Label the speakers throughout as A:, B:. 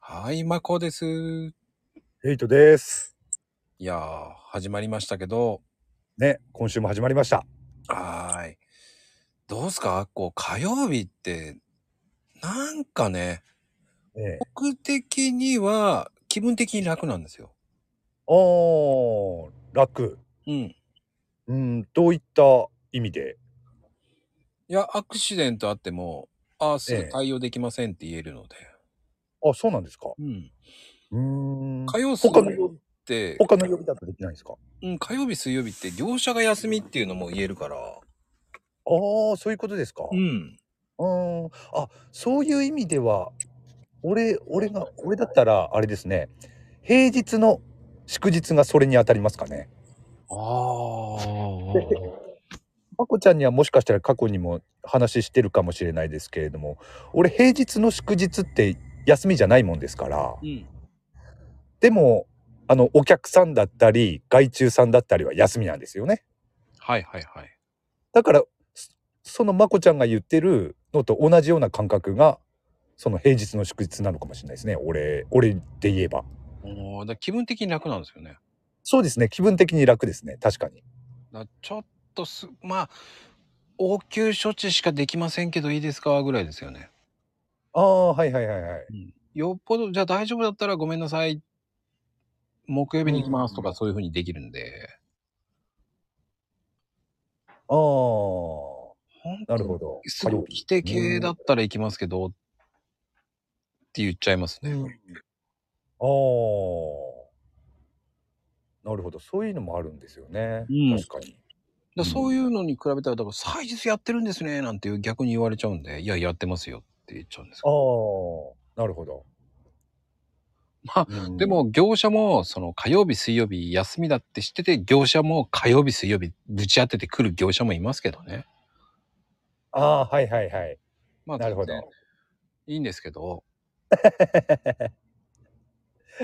A: はい、まこです。
B: ヘイトです。
A: いやー、始まりましたけど。
B: ね、今週も始まりました。
A: はーい。どうすかこう、火曜日って、なんかね、
B: ええ、
A: 僕的には、気分的に楽なんですよ。
B: あー、楽。
A: うん。
B: うん、どういった意味で
A: いや、アクシデントあっても、ああ、すぐ対応できませんって言えるので。
B: ええ、あ、そうなんですか。
A: うん。
B: うん。
A: 火曜、
B: 他の曜日って他の曜日だとできないんですか
A: うん、火曜日、水曜日って業者が休みっていうのも言えるから。あ
B: あ、そういうことですか。
A: うん。
B: うん。あ、そういう意味では、俺、俺が、俺だったら、あれですね、平日の祝日がそれに当たりますかね。
A: ああ。
B: まこちゃんにはもしかしたら過去にも話してるかもしれないですけれども俺平日の祝日って休みじゃないもんですか ら、
A: うん、
B: でもあのお客さんだったり外注さんだったりは休みなんですよね。
A: はいはいはい。
B: だからそのまこちゃんが言ってるのと同じような感覚がその平日の祝日なのかもしれないですね俺俺で言えば。
A: おだ気分的に楽なんですよね。
B: そうですね気分的に楽ですね確かに。
A: だちょっとすまあ応急処置しかできませんけどいいですかぐらいですよね。、
B: ああはいはいはいはい、うん
A: よっぽどじゃあ大丈夫だったらごめんなさい木曜日に行きますとかそういうふうにできるんで。
B: ああなるほど。
A: すぐ来て系だったら行きますけど、って言っちゃいますね。うん、あ
B: あなるほどそういうのもあるんですよね、
A: うん、
B: 確かに。
A: だそういうのに比べたら、だから、祭日やってるんですね、なんて逆に言われちゃうんで、いや、やってますよって言っちゃうんです
B: ああ、なるほど。
A: まあ、うん、でも業者も、その火曜日、水曜日休みだって知ってて、業者も火曜日、水曜日ぶち当ててくる業者もいますけどね。
B: ああ、はいはいはい。
A: まあ、
B: なるほど。
A: いいんですけど。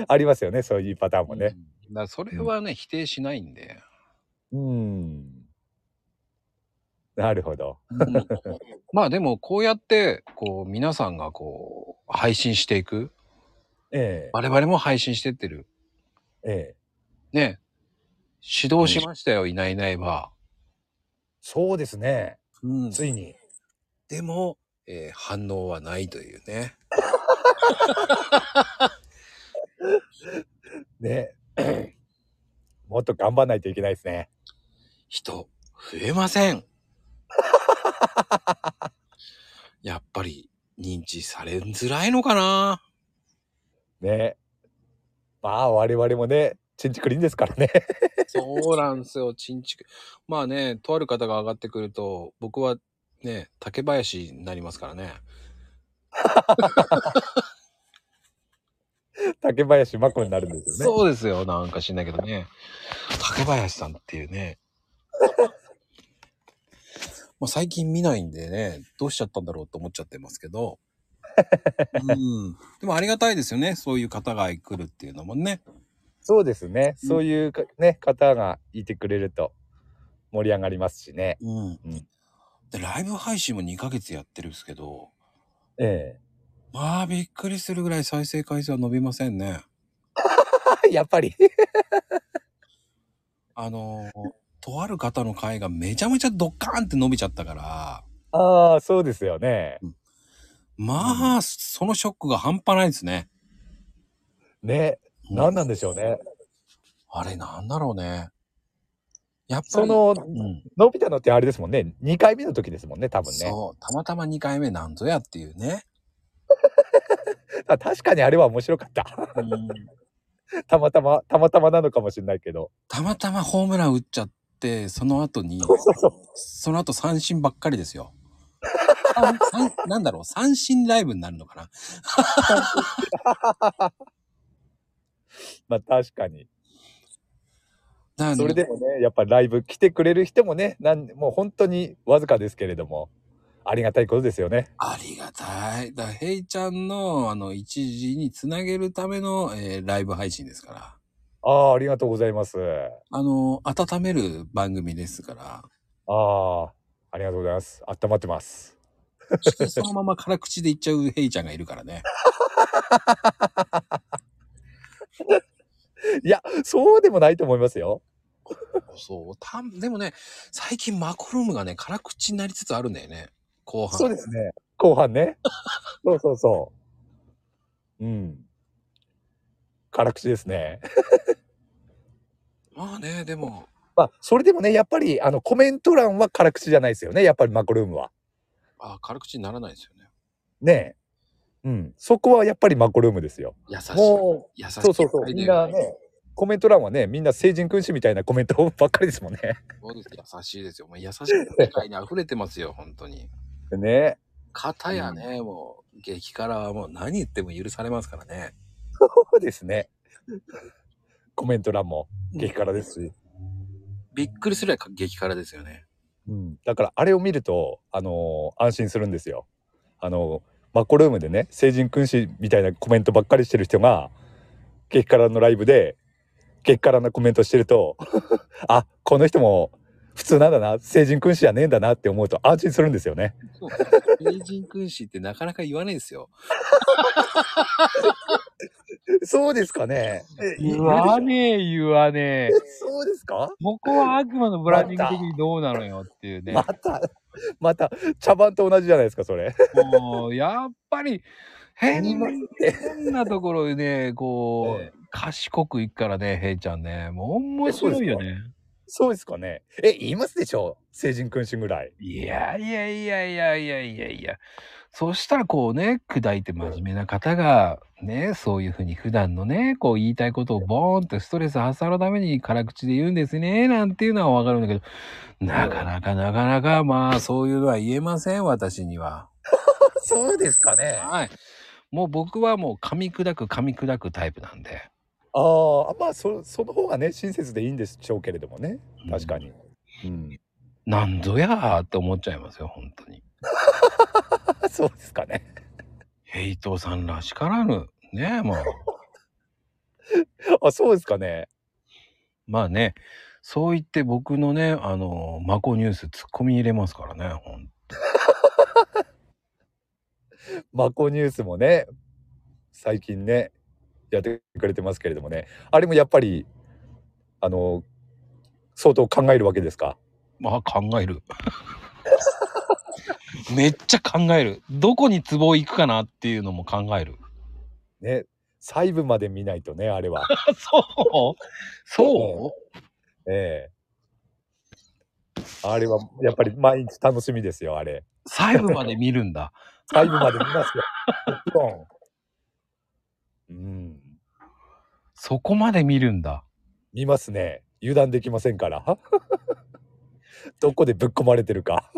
B: ありますよね、そういうパターンもね。
A: うん、だそれはね、うん、否定しないんで。、
B: うん。なるほど。うん
A: まあでもこうやってこう皆さんがこう配信していく、
B: ええ、
A: 我々も配信してってる、
B: え
A: え、ね指導しましたよ、うん、いないいないば
B: そうですね、
A: うん、
B: ついに
A: でも、えー、反応はないというね
B: ねもっと頑張んないといけないですね
A: 人増えませんやっぱり認知されづらいのかな
B: ねまあ我々もねちんちくりんですからね
A: そうなんですよちんちくまあねとある方が上がってくると僕はね竹林になりますからね
B: 竹林真子になるんですよね
A: そうですよなんか知んないけどね竹林さんっていうね まあ、最近見ないんでね、どうしちゃったんだろうと思っちゃってますけ ど。うん、でもありがたいですよね。そういう方が来るっていうのもね。
B: そうですね。うん、そういうね、方がいてくれると盛り上がりますしね。
A: うん。うん、で、ライブ配信も2ヶ月やってるんですけど。
B: ええ。
A: まあ、びっくりするぐらい再生回数は伸びませんね。
B: やっぱり
A: あのーとある方の回がめちゃめちゃドッカーンって伸びちゃったから。
B: ああ、そうですよね。うん、
A: まあ、うん、そのショックが半端ないですね。
B: ね、何なんでしょうね。
A: あれ、なんだろうね。やっぱり。
B: その、うん、伸びたのってあれですもんね。2回目の時ですもんね、多分ね。
A: そう、たまたま2回目なんぞやっていうね。
B: 確かにあれは面白かった。 たまたま、たまたまなのかもしれないけど。
A: たまたまホームラン打っちゃって。っその後にその後三振ばっかりです よなんだろう三振ライブになるのか
B: な まあ確かにそれでもねやっぱライブ来てくれる人もねなんもう本当にわずかですけれどもありがたいことですよね
A: ありがたいだへいちゃんのあの一時につなげるための、えー、ライブ配信ですから
B: ああ、ありがとうございます。
A: あの、温める番組ですから。
B: ああ、ありがとうございます。温まってます。
C: そのまま辛口で言っちゃうヘイちゃんがいるからね。
B: いや、そうでもないと思いますよ。
C: そう。たんでもね、最近マコルームがね、辛口になりつつあるんだよね。後半。
B: そうですね。後半 ね。そうそうそう。うん。辛口ですね。
C: まあね、でも、
B: まあ、それでもね、やっぱり、あの、コメント欄は辛口じゃないですよね。やっぱりマコルームは。
C: あ辛口にならないですよね。
B: ねえ。うん。そこはやっぱりマコルームですよ。
C: 優しい。
B: も、
C: 優しいう
B: そうそうそう。みんなね、コメント欄はね、みんな成人君子みたいなコメントばっかりですもんね。
C: そうです優しいですよ。もう優しい世界に溢れてますよ、 本当に。
B: ね
C: 片やね、もう、激辛はもう何言っても許されますからね。
B: そうですね。コメント欄も激辛ですし。
C: びっくりするや激辛ですよね。
B: うん、だからあれを見ると、あのー安心するんですよ。あのーマッコルームでね成人君子みたいなコメントばっかりしてる人が激辛のライブで激辛なコメントしてると あこの人も普通なんだな成人君子じゃねえんだなって思うと安心するんですよね。
C: そう成人君子ってなかなか言わないですよ。
B: そうですかね。
A: 言わねえ、言わねえ。
B: そうですか
A: ここは悪魔のブランディング的にどうなのよっていうね。
B: またまた茶番と同じじゃないですかそれ。
A: もう、やっぱり、変な、変なところでね、こ
B: え
A: う、賢くいくからね、ヘイちゃんね。もう面白いよね。
B: そうですかね。え言いますでしょ成人君子ぐらい。
A: いやいやいやいやいやいやいや。そうしたらこうね、砕いて真面目な方が、ね、そういうふうに普段のね、こう言いたいことをボーンとストレス発散のために辛口で言うんですね、なんていうのはわかるんだけど、なかなかなかなか、まあそういうのは言えません、私には。
B: そうですかね。あ
A: はい。もう僕はもう噛み砕く噛み砕くタイプなんで。
B: あまあそその方がね親切でいいんでしょうけれどもね確かに。うん
A: なんぞやーって思っちゃいますよ、本当に。
B: あ そうですかね。
A: ヘイトさんらしからぬ。ねえ、 もう。
B: あ、そうですかね。
A: まあね、そう言って僕のね、あの、マコニュースツッコミ入れますからね、ほん
B: マコニュースもね、最近ね、やってくれてますけれどもね。あれもやっぱり、あの、相当考えるわけですか。
A: まあ考え る。めっちゃ考える。どこにツボ行くかなっていうのも考える。
B: ね。細部まで見ないとね、あれ は。
A: あそうそ
B: ええあれは、やっぱり毎日楽しみですよ、あれ。
A: う細部まで見るんだ。
B: 細部まで見ますよ。もちろん。うん。
A: そこまで見るんだ。
B: 見ますね。油断できませんから。 どこでぶっ込まれてるか。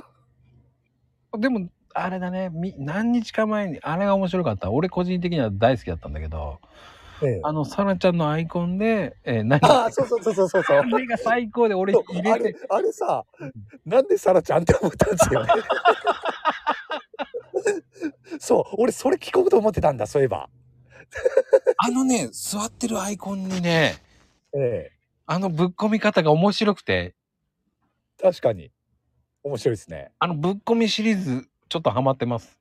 A: でも、あれだね、み何日か前に、あれが面白かった。俺個人的には大好きだったんだけど、
B: ええ
A: あの、サラちゃんのアイコンで、 えー何
B: ああ、そうそうそうそうそうそう
A: あ。れが最高で俺
B: そう
A: 入
B: あ
A: れて
B: れ、あれさ、なんでサラちゃんって思ったんですよね。 そう、俺それ聞こうと思ってたんだ、そういえば。
A: あのね、座ってるアイコンにね、
B: え
A: あのぶっ込み方が面白くて、
B: え確かに。面白いですね。
A: あのぶっ込みシリーズ、ちょっとハマってます。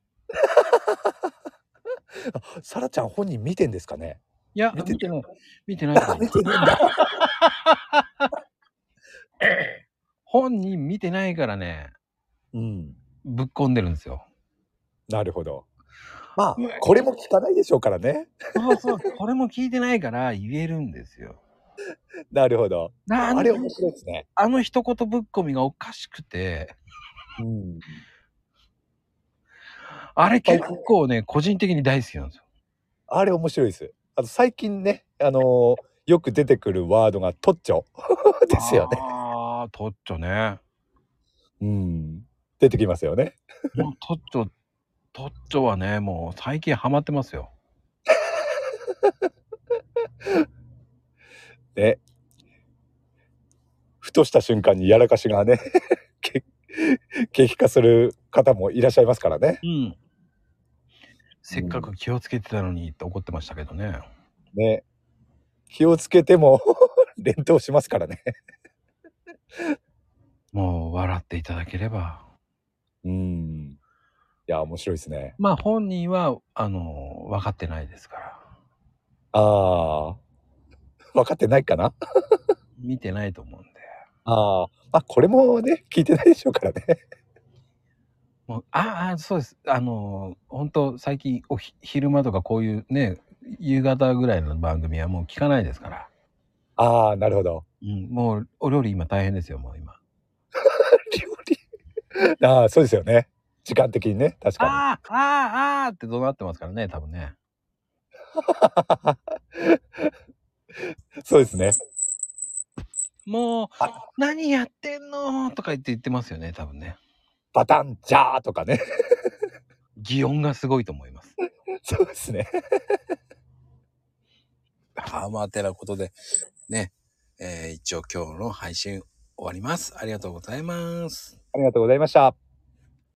B: サラちゃん本人見てんですかね。
A: いや、
B: 見
A: 見
B: て
A: てない。見て
B: あ
A: ない。
B: 見てねえんだ。
A: 本人見てないからね、
B: うん。
A: ぶっ込んでるんですよ。
B: なるほど。まあ、これも聞かないでしょうからね。
A: そうそう、 これも聞いてないから言えるんですよ。
B: なるほど。
A: な
B: あ
A: あ
B: れ
A: の
B: 面白いですね。
A: あの一言ぶっ込みがおかしくて、
B: うん。
A: あれ結構ね、個人的に大好きなんですよ。
B: あれ面白いです。あと最近ね、あのー よく出てくるワードがトッチョ ですよね。
A: ああ、トッチョね。
B: うん。出てきますよね。
A: もうトッチョ、トッチョはね、もう最近ハマってますよ。
B: ね。ふとした瞬間にやらかしがね、 け激化する方もいらっしゃいますからね。
A: うん。せっかく気をつけてたのにって怒ってましたけどね。
B: ね。気をつけても 連投しますからね。
A: もう笑っていただければ。
B: うん。や、面白いですね。
A: まあ本人は、あの、分かってないですから。
B: ああ。分かってないかな
A: 見てないと思うんで。
B: ああ。あ、これもね、聞いてないでしょうからね。
A: もうああ、そうです。あの、本当最近おひ、昼間とかこういうね、夕方ぐらいの番組はもう聞かないですから。
B: ああ、なるほど。
A: うん、もうお料理今大変ですよ、もう今。
B: 料理。 ああ、そうですよね。時間的にね、確か
A: ああ、ああ、ああって怒鳴ってますからね、多分ね。
B: に。 そうですね。
A: もう
B: あ、
A: 何やってんのとか言って言ってますよね、多分ね。
B: バタン、ジャーとかね。
A: 擬音がすごいと思います。
B: そうですね。
D: はあ、まあ、てなことで、ね、えー一応今日の配信終わります。ありがとうございます。
B: ありがとうございました。